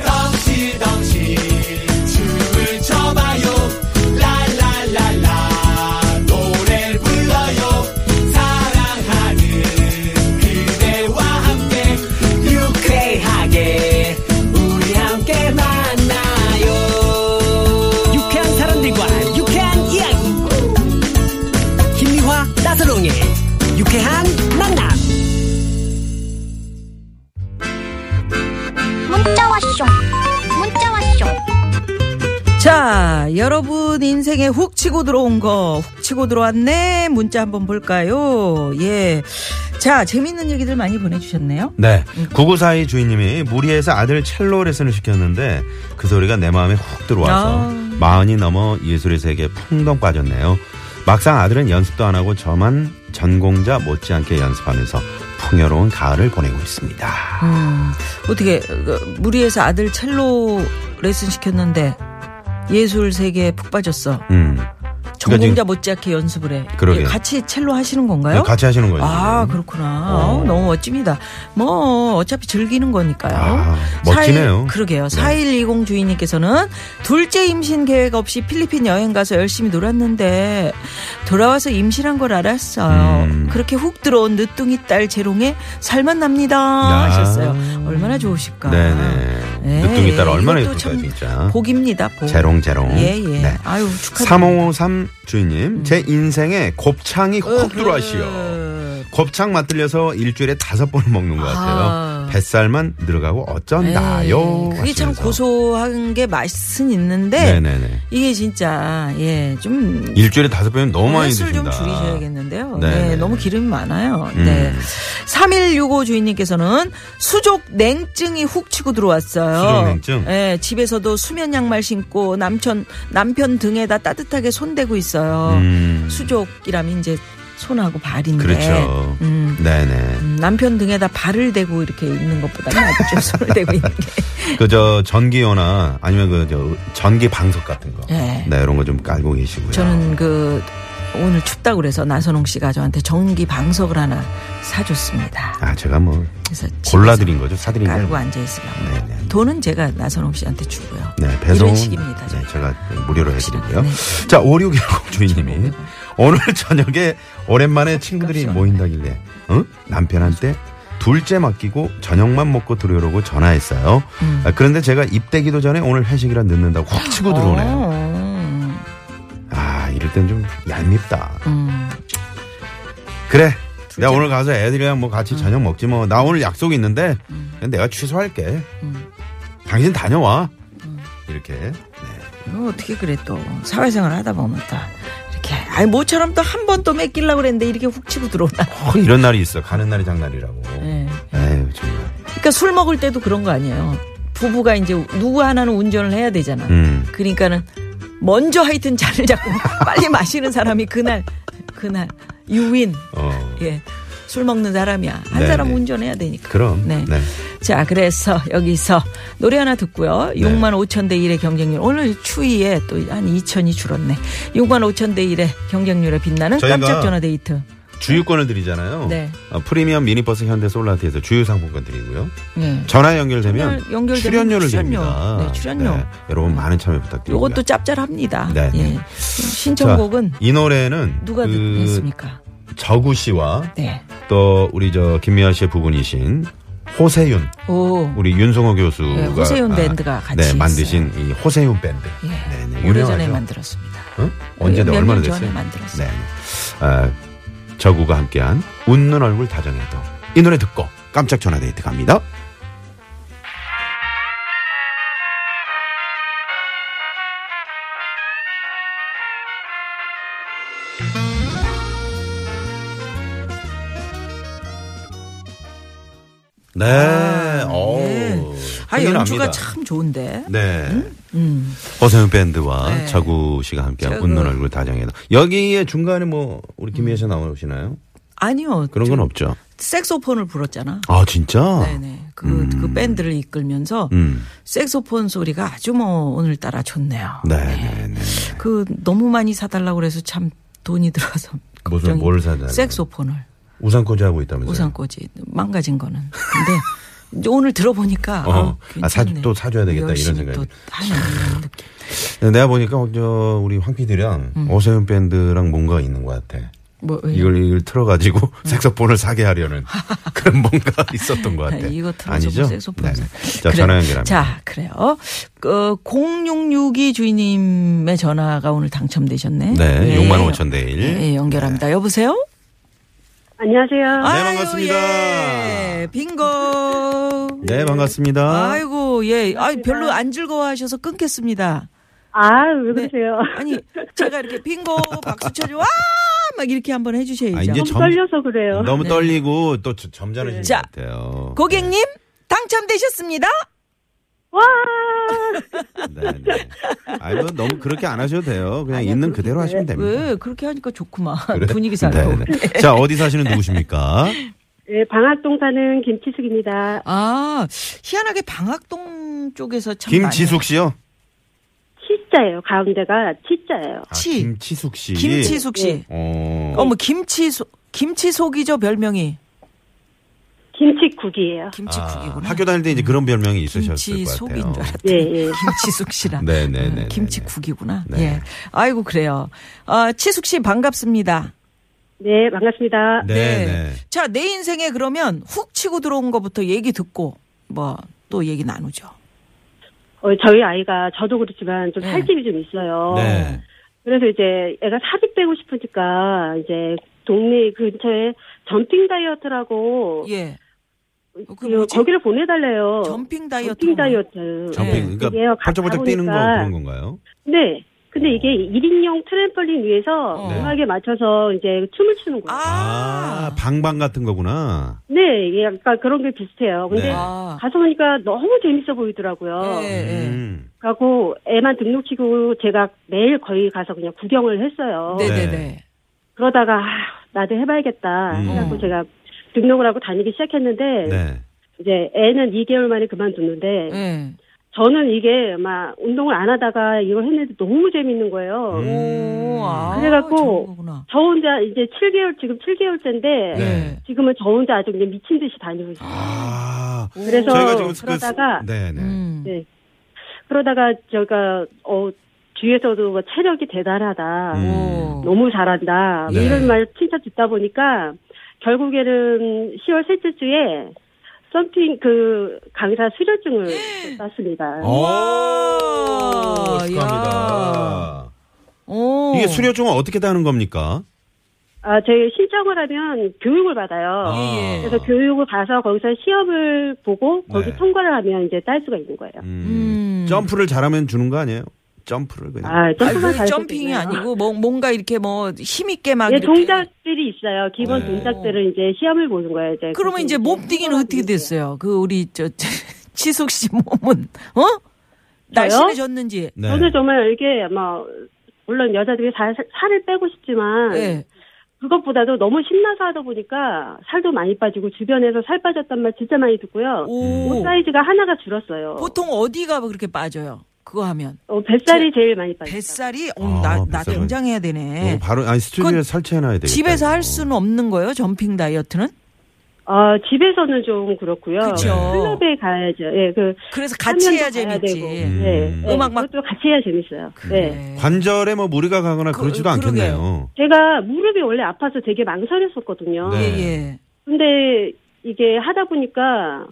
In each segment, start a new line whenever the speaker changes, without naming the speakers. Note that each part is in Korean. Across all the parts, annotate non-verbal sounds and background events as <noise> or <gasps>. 덩실 덩실 춤을 춰봐요 랄랄랄라 노래를 불러요 사랑하는 그대와 함께 유쾌하게 우리 함께 만나요 유쾌한 사람들과 유쾌한 이야기 김미화 나서롱의 유쾌한 만남
문자 왔쇼 문자 왔쇼
자, 여러분 인생에 훅 치고 들어온 거, 훅 치고 들어왔네. 문자 한번 볼까요? 예. 자, 재밌는 얘기들 많이 보내주셨네요.
네. 9942 주인님이 무리해서 아들 첼로 레슨을 시켰는데 그 소리가 내 마음에 훅 들어와서
아.
마흔이 넘어 예술의 세계에 풍덩 빠졌네요. 막상 아들은 연습도 안 하고 저만 전공자 못지않게 연습하면서 풍요로운 가을을 보내고 있습니다.
어떻게, 그, 무리해서 아들 첼로 레슨 시켰는데 예술 세계에 푹 빠졌어.
음.
전공자 못지않게 연습을 해.
그러게요.
예,
네,
같이 첼로 하시는 건가요?
같이 하시는 거죠.
아,
지금.
그렇구나.
음. 어.
너무 멋집니다. 뭐, 어차피 즐기는 거니까요.
아, 멋지네요.
사일- 그러게요.
네.
4120 주인님께서는 둘째 임신 계획 없이 필리핀 여행 가서 열심히 놀았는데 돌아와서 임신한 걸 알았어요.
음.
그렇게 훅 들어온 늦둥이 딸 재롱에 살만 납니다. 하셨어요. 얼마나 좋으실까.
아. 네네.
네.
늦둥이 딸 얼마나
이것도
예쁠까요,
참
진짜.
복입니다, 복.
재롱재롱.
예, 예.
네.
아유, 축하드립니다.
3553 주인님, 제 인생에 곱창이 훅 들어와시오. 곱창 맛들려서 일주일에 다섯 번을 먹는 것 같아요.
아.
뱃살만 늘어가고 어쩐다요.
에이, 네. 그게 참
하시면서.
고소한 게 맛은 있는데
네네네.
이게 진짜 예좀
일주일에 다섯 번이면 너무 많이
횟수를
드신다.
좀 줄이셔야겠는데요.
네,
네,
네.
너무 기름이 많아요.
음.
네. 3165 주인님께서는 수족 냉증이 훅 치고 들어왔어요.
수족 냉증?
네, 집에서도 수면 양말 신고 남편 남편 등에다 따뜻하게 손대고 있어요.
음,
수족이라면 이제 손하고 발인데.
그렇죠.
음,
네네.
음, 남편 등에다 발을 대고 이렇게 있는 것보다 낫죠. 손을 대고 있는 게.
그 저 전기요나 아니면 그 저 전기 방석 같은 거.
네.
이런 거 좀 깔고 계시고요.
저는 그 오늘 춥다고 그래서 나선홍 씨가 저한테 전기 방석을 하나 사줬습니다.
아 제가 뭐
그래서 집에서
골라드린 거죠, 사드린
깔고
거.
앉아 있으려고.
네네.
돈은 제가 나선홍 씨한테 주고요.
네, 배송.
이런 식입니다.
네,
저희.
제가 무료로 해드리고요.
네.
자, 5610 주인님이 오늘 <laughs> 저녁에 오랜만에 친구들이
깜짝이야.
모인다길래, 어? 남편한테 둘째 맡기고 저녁만 먹고 들어오려고 전화했어요.
음.
아, 그런데 제가 입대기도 전에 오늘 회식이라 늦는다고 확 치고 들어오네요.
어,
아, 이럴 땐 좀 얄밉다.
음.
그래. 내가 오늘 가서 애들이랑 뭐
음.
같이 저녁 먹지 뭐. 나 오늘 약속 있는데 내가 취소할게.
음.
당신 다녀와. 이렇게. 네.
이거 어떻게 그래 또 사회생활 하다 보면 또 이렇게 아니 모처럼 또 한 번 또 맡기려고 그랬는데 이렇게 훅 치고 들어오나.
꼭 이런 날이 있어. 가는 날이 장날이라고.
네.
에휴, 정말.
그러니까 술 먹을 때도 그런 거 아니에요. 부부가 이제 누구 하나는 운전을 해야 되잖아.
음.
그러니까는 먼저 하여튼 잔을 잡고 <laughs> 빨리 마시는 사람이 그날 그날 유인
어.
예 술 먹는 사람이야 한
네,
사람
네.
운전해야 되니까
그럼.
네.
네.
자 그래서 여기서 노래 하나 듣고요
네.
6만 5천 대 1의 경쟁률 오늘 추위에 또 한 2천이 줄었네 6만 5천 대 1의 경쟁률에 빛나는
저희가
깜짝 전화 데이트 예.
주유권을 드리잖아요.
네.
어, 프리미엄 미니버스 현대 솔라트에서 주유 상품권 드리고요.
예.
전화 연결되면
전화 연결되면
출연료를
출연료.
드립니다.
네, 출연료.
여러분 많은 참여 부탁드립니다.
요것도 짭짤합니다
네, 네.
예. 신청곡은
자, 이 노래는
누가
그
듣겠습니까
저구 씨와
네.
또 우리 저 김미아 씨의 부분이신 호세윤
오
우리 윤성호 교수가
네, 호세윤 밴드가 같이
네, 만드신 이 호세윤 밴드.
예.
네, 네,
오래전에
유명하죠.
만들었습니다
응? 언제 네,
몇
얼마나
년 전에
됐어요?
만들었어요.
네. 아, 저구가 함께한 웃는 얼굴 다정해도 이 노래 듣고 깜짝 전화 데이트 갑니다. 네. 어우.
네. 아,
큰일
연주가
납니다.
참 좋은데.
네. 허세윤 밴드와
음? 네.
저구 씨가 함께한
저구. 음.
웃는 얼굴 다정해도 여기에 중간에 뭐 우리 김희애 씨 나오시나요?
아니요.
그런 건 없죠.
색소폰을 불었잖아.
아 진짜?
네네. 그, 그 밴드를 이끌면서
음.
색소폰 소리가 아주 뭐 오늘따라 좋네요.
네네네.
그 너무 많이 사달라고 그래서 참 돈이 들어서
<laughs> 무슨
저기
뭘 사달라고? 네.
색소폰을
우산꽂이 하고 있다면서요?
우산꽂이 망가진 거는. 근데 이제 오늘 들어보니까
어.
아,
아, 사-
괜찮네.
또 사줘야 되겠다, 이런
열심히
생각이.
또 하는 이런 느낌.
네, 내가 보니까 어, 저 우리 황 PD랑 오세훈 밴드랑 뭔가 있는 것 같아.
뭐 음. 왜요? 음.
이걸, 이걸 틀어가지고 <laughs> 색소폰을
<laughs>
사게 하려는 그런 뭔가 있었던 것 같아.
아, 이거 틀어서
아니죠?
뭐 색소폰
네네.
사-
자,
그래요.
전화 연결합니다.
자, 그래요. 그 0662 주인님의 전화가 오늘 당첨되셨네.
네,
예.
6만 5천 대 1.
예, 연결합니다. 여보세요?
안녕하세요.
아유,
네. 반갑습니다.
예. 빙고.
네, 반갑습니다.
아이고, 예. 아 별로 안 즐거워하셔서 끊겠습니다.
아, 왜
네.
그러세요?
아니, 제가 이렇게 빙고 박수 쳐줘. 와! 막 이렇게 한번 해주셔야죠.
아, 이제
너무
점-
<laughs> 떨려서 그래요.
너무 떨리고 또 저- 점잖으신
네. 자,
것 같아요.
고객님, 당첨되셨습니다.
와!
네, 네. 아니, 뭐 너무 그렇게 안 하셔도 돼요. 그냥 있는
네.
그대로 하시면 됩니다.
왜 그렇게 하니까 좋구만.
<laughs> 그래?
분위기 살고.
네, 네. 자, 어디 사시는
<laughs>
누구십니까?
예, 방학동 사는 김치숙입니다.
아, 희한하게 방학동 쪽에서 참
김지숙 씨요?
치자예요. 가운데가 치자예요.
아,
치.
김치숙 씨.
많이... 김치숙 씨.
어.
어머, 김치소 김치속이죠, 별명이.
김치국이에요.
아,
김치국이구나.
학교 다닐 때 이제 그런 별명이 있으셨을 것
김치속인
같아요.
줄 알았더니
예, 예.
김치숙 씨라.
<laughs> 네, 네,
음,
네, 네,
김치국이구나.
네.
예. 아이고 그래요. 아, 치숙 씨 반갑습니다.
네, 반갑습니다.
네, 네.
자, 내 인생에 그러면 훅 치고 들어온 거부터 얘기 듣고 뭐 또 얘기 나누죠.
어, 저희 아이가 저도 그렇지만 좀
네.
살집이 좀 있어요.
네.
그래서 이제 애가 살이 빼고 싶으니까 이제 동네 근처에 점핑 다이어트라고
예. 어, 그
그
뭐지?
거기를 보내달래요.
점핑 다이어트.
점핑 다이어트.
점핑.
네. 그게요.
그러니까
가다
팔짝팔짝 뛰는 거
보니까
그런 건가요?
네.
어.
근데 이게 1인용 트램펄린 위에서
어. 네.
음악에 맞춰서 이제 춤을 추는 거예요.
아,
아.
방방 같은 거구나.
네, 예, 약간 그런 게 비슷해요. 근데
네.
아.
가서 보니까 너무 재밌어 보이더라고요.
예, 예.
음.
그래갖고 애만 등록시키고 제가 매일 거의 가서 그냥 구경을 했어요.
네, 네,
네.
네.
그러다가 아, 나도 해봐야겠다.
음.
해갖고 제가 등록을 하고 다니기 시작했는데
네. 음.
이제 애는 2개월 만에 그만뒀는데
예.
저는 이게 막 운동을 안 하다가 이걸 했는데 너무 재밌는 거예요.
음.
오, 아,
그래갖고
좋은 거구나. 예.
저 혼자 이제 7개월 지금 7개월째인데
네.
지금은 저 혼자 아주 그냥 미친 듯이 다니고 있어요.
아.
그래서
저희가 지금 그-
그러다가
네, 네.
음.
네. 그러다가 제가 어 뒤에서도 뭐 체력이 대단하다. 어,
음.
너무 잘한다. 뭐
네.
이런 말 칭찬 듣다 보니까 결국에는 10월 셋째 주에 썸핑 그 강사 수료증을
네.
땄습니다.
어.
와, 어.
축하합니다.
오.
이게 수료증은 어떻게 따는 겁니까?
아, 저희 신청을 하면 교육을 받아요.
예, 예.
그래서 교육을 봐서 거기서 시험을 보고 거기
네.
통과를 하면 이제 딸 수가 있는 거예요.
음.
음.
점프를 잘하면 주는 거 아니에요? 점프를 그냥.
아, 점프만
아니,
잘
점핑이
되네요.
아니고 뭐, 뭔가 이렇게 뭐 힘있게 막
예,
이렇게.
동작들이 있어요. 기본
네.
동작들을 이제 시험을 보는 거예요. 이제
그러면 이제 몸뛰기는
통과를
어떻게
보는 거예요.
됐어요? 그 우리 저, <laughs> 저 치숙 씨 몸은 어? 날씬해졌는지.
네.
저는 정말 이게 뭐 물론 여자들이 살, 살을 빼고 싶지만
예.
그것보다도 너무 신나서 하다 보니까 살도 많이 빠지고 주변에서 살 빠졌단 말 진짜 많이 듣고요.
오.
옷 사이즈가 하나가 줄었어요.
보통 어디가 그렇게 빠져요? 그거 하면
어, 뱃살이 제일 많이 빠졌어요.
뱃살이 어,
아,
나, 나
뱃살은-
당장해야
이거
되네.
바로 아니 스튜디오에
그건
설치해놔야 되겠다.
집에서 할
이거.
수는 없는 거예요. 점핑 다이어트는.
어, 집에서는 좀 그렇고요.
그쵸.
클럽에 가야죠. 예, 그
그래서 같이 해야
화면도 봐야
재밌지.
되고.
음.
예, 예,
음악 막-
그것도 같이 해야 재밌어요. 네.
네.
관절에 뭐 무리가 가거나
그-
그, 러지도 않겠네요.
제가 무릎이 원래 아파서 되게 망설였었거든요.
네.
예, 예.
근데 이게 하다 보니까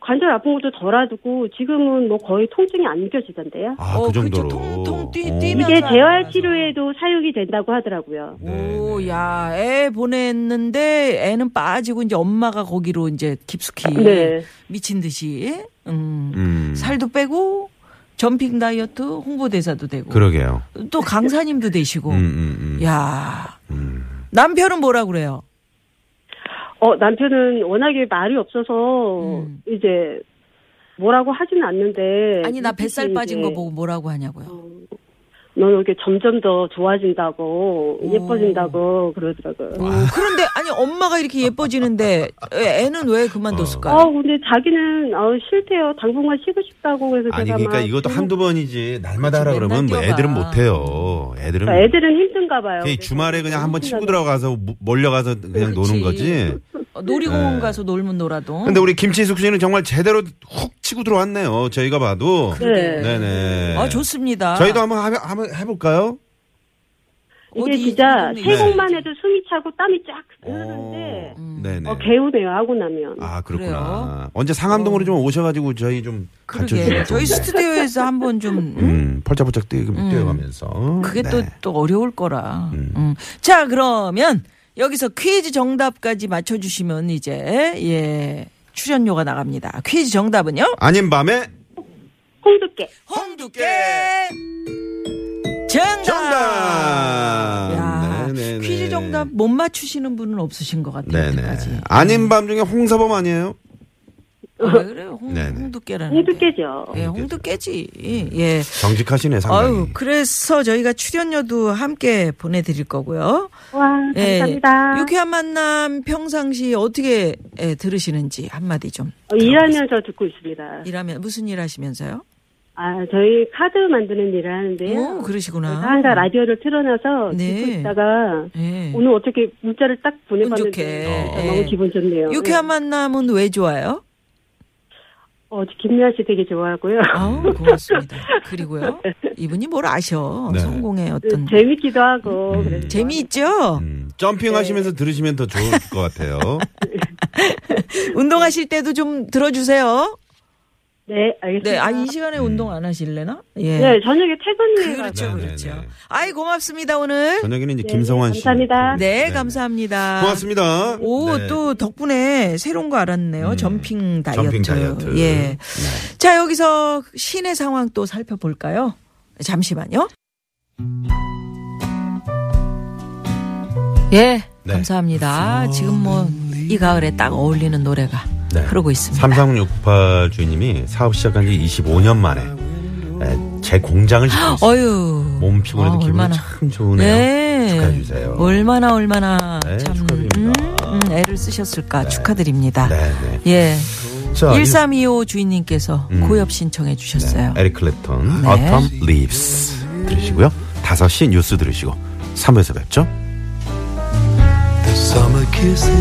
관절 아픈 것도 덜하고 지금은 뭐 거의 통증이 안 느껴지던데요.
아,
어,
그
그쵸.
정도로.
통통 뛰-
어.
뛰면서
이게
알아서.
재활 치료에도 사용이 된다고 하더라고요.
네,
오,
네.
야, 애 보냈는데 애는 빠지고 이제 엄마가 거기로 이제 깊숙이
네.
미친 듯이 음,
음.
살도 빼고 점핑 다이어트 홍보대사도 되고
그러게요.
또 강사님도 되시고.
음, 음, 음.
어. 야,
음.
남편은 뭐라 그래요?
어 남편은 워낙에 말이 없어서
음.
이제 뭐라고 하지는 않는데
아니 나 뱃살 뭐.
이제
빠진 거 보고 뭐라고 하냐고요.
네, 어, 너 이렇게 점점 더 좋아진다고
어.
예뻐진다고 그러더라고요.
오, 그런데 아니 엄마가 이렇게 예뻐지는데 애- 애는 왜 그만뒀을까요?
아 근데 자기는 아 싫대요. 당분간 쉬고 싶다고 그래서
아니
제가
그러니까
막 음.
이것도 한두 번이지 날마다 하라
그렇지,
그러면 뭐
그렇죠. 맨날
애들은
뛰어봐.
못해요. 애들은
그러니까 애들은 힘든가 봐요.
음. 그냥
그래서
주말에 그냥 한번
힘든가
치고
봐요.
들어가서 모- 몰려가서 그냥
그렇지.
노는 거지.
아,
어, 놀이공원
네.
가서 놀면 놀아도.
근데 우리 김치숙 씨는 정말 제대로 훅 치고 들어왔네요. 저희가 봐도.
네.
네네.
아 좋습니다.
저희도 한번 하- 한번 해볼까요?
이게
어디
진짜
있는지
네.
세곡만 해도 숨이 차고 땀이 쫙
어,
흐르는데
네네.
어, 개운해요 하고 나면.
아 그렇구나.
음. 그래요? 어.
언제 상암동으로 좀 오셔가지고 저희 좀 가르쳐
그러게
주세요.
저희 스튜디오에서 한번 좀 음,
음, 펄짝펄짝 뛰, 뛰어가면서.
그게
네.
또, 또 어려울 거라. 음. 자, 그러면 여기서 퀴즈 정답까지 맞춰주시면 이제, 예, 출연료가 나갑니다. 퀴즈 정답은요?
아닌 밤에
네.
홍두깨.
홍두깨! 정답! 야,
정답. 네네네.
퀴즈 정답 못 맞추시는 분은 없으신 것 같아요.
네네.
아직까지. 음.
아닌 밤 중에 홍사범 아니에요?
아, 왜 그래요? 홍,
네네. 음.
두깨라는
홍두깨죠.
예, 홍두깨지. 예.
정직하시네 상당히.
아유, 그래서 저희가 출연료도 함께 보내드릴 거고요.
와
예,
감사합니다.
유쾌한 만남 평상시 어떻게 예, 들으시는지 한마디 좀.
어, 일하면서 듣고 있습니다.
일하면 무슨 일 하시면서요?
아 저희 카드 만드는 일을 하는데요.
오, 그러시구나.
그래서 네. 항상 라디오를 틀어놔서
네.
듣고 있다가
예.
오늘 어떻게 문자를 딱
운
보내봤는데
좋게.
어.
진짜
예.
너무 기분 좋네요.
유쾌한
예.
만남은 왜 좋아요?
어, 김미아 씨 되게 좋아하고요.
아우,
음.
고맙습니다. 그리고요. 이분이 뭘 아셔.
네.
성공의 어떤.
그 재밌기도 하고 그래서
재미있죠?
음, 점핑하시면서
네.
들으시면 더 좋을
<laughs>
것 같아요.
운동하실 때도 좀 들어주세요.
네 알겠습니다.
네, 아, 이 시간에 운동 안 하실래나? 예.
네, 저녁에 퇴근이에요.
그렇죠,
네, 네,
그렇죠.
네.
아이, 고맙습니다, 오늘.
저녁에는 이제 김성환 씨.
감사합니다.
네, 감사합니다.
고맙습니다.
오,
네. 음.
또 덕분에 새로운 거 알았네요. 점핑 다이어트.
점핑 다이어트. 네.
예. 자, 여기서 시내 상황 또 살펴볼까요? 잠시만요. 예.
네.
감사합니다. 지금 뭐 이 가을에 딱 어울리는 노래가
네.
흐르고 있습니다.
3368 주인님이 사업 시작한 지 25년 만에 에, 제 공장을 짓고
<gasps>
있어요.
어유.
몸 피곤해도
아,
기분이
얼마나.
참 좋으네요.
네.
축하해주세요.
얼마나 얼마나
네,
참
축하드립니다.
음, 음, 애를 쓰셨을까 축하드립니다.
네, 네.
예.
자,
1325 주인님께서 고엽 신청해 주셨어요.
에릭 클랩턴
네.
Autumn Leaves 들으시고요. 5시 뉴스 들으시고 3부에서 뵙죠.
Summer kisses